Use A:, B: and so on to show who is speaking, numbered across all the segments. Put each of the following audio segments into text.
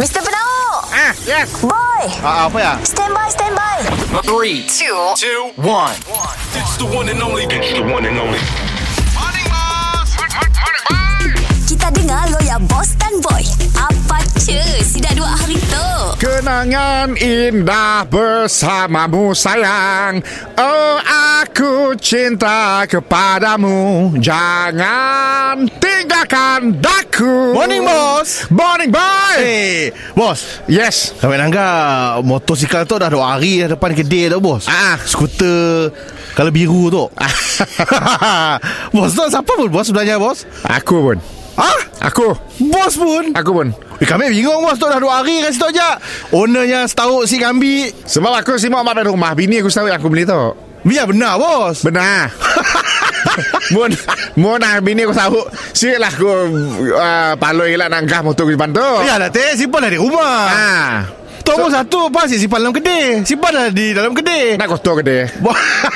A: Mr. Penau
B: Ah, yes.
A: Boy
B: Ah, apa ya?
A: Stand by, stand by
C: Three, two, two, one.
D: It's the one and only. It's the one and only.
A: Kita dengar lo ya Boss dan Boy Apa cuy Si dah dua hari tu
B: Kenangan indah bersamamu sayang Oh aku cinta kepadamu Jangan tinggalkan daku
E: Morning, bos.
B: Morning boy
E: Eh, bos.
B: Yes
E: Kami nanggap motosikal tu dah dua hari dah depan kedai tu, bos.
B: Ah.
E: Skuter kalau biru tu.
B: Ah.
E: bos tu siapa pun bos sebenarnya, bos?
B: Aku pun
E: Ah,
B: Aku
E: bos pun.
B: Aku pun
E: Eh, kami bingung bos tu dah dua hari kat situ je. Ownernya setahu si kambi.
B: Sebab aku simak mak dari rumah Bini aku setahu yang aku beli tu
E: Biar benar, bos.
B: Benar Mun Mun ah bini aku tahu Sikit lah aku uh, Paloi lah nanggah motor ke depan tu
E: Ya lah teh simpan lah di rumah
B: Ah,
E: Tok so, satu pasti simpan dalam kedai Simpan lah di dalam kedai
B: Nak kotor ke dia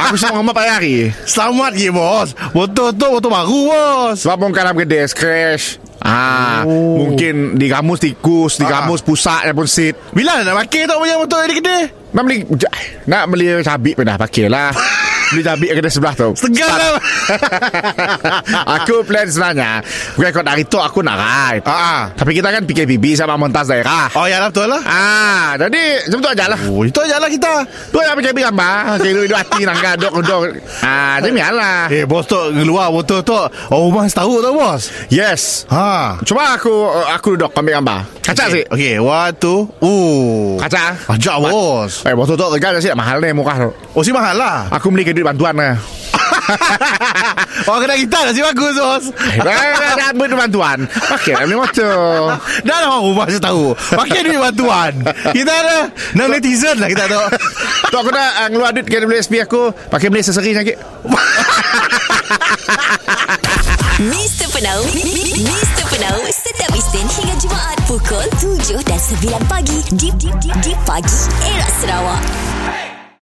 B: Aku sama rumah pagi hari
E: Selamat ke bos Motor tu motor baru bos
B: Sebab pun dalam kedai Scratch Ah, oh. Mungkin di kamus tikus Di
E: Ah.
B: kamus pusat pun sit
E: Bila nak pakai tak punya motor di kedai
B: Nak beli Nak beli cabik pun dah pakai lah Beli cabik kedai sebelah tu
E: Segan lah
B: Aku plan sebenarnya Bukan kau dari tu aku nak ride
E: Ah.
B: Tapi kita kan PKPB sama montas daerah
E: Oh ya lah betul lah
B: Ah, jadi macam tu aja lah.
E: Oh itu aja lah kita
B: Tu yang pakai gambar, saya duduk hati nak gadok gadok. Ah, jadi lah.
E: Eh bos tu keluar motor tu Oh rumah setahu tu bos
B: Yes.
E: Ha
B: Cuba aku aku duduk ambil gambar. Kaca
E: Okey,
B: sih.
E: Okey one two Oh
B: Kaca.
E: Ajak bos
B: Eh, waktu tu tegak sih mahal ni murah tu.
E: Oh si mahal lah
B: Aku beli kredit bantuan lah.
E: Orang kena kita lah si bagus bos
B: Eh, dah dah beri bantuan. Okey, dah beli motor.
E: Dah lah orang rumah saya tahu Pakai duit bantuan Kita ada Nak netizen lah kita tu
B: Tu aku dah uh, ngeluar duit kena beli SP aku, pakai beli seseri sakit.
A: Mr. Penau Mr. Penau Setiap Isnin hingga Jumaat Pukul 7 dan 9 pagi Di, di, di, di pagi Era Sarawak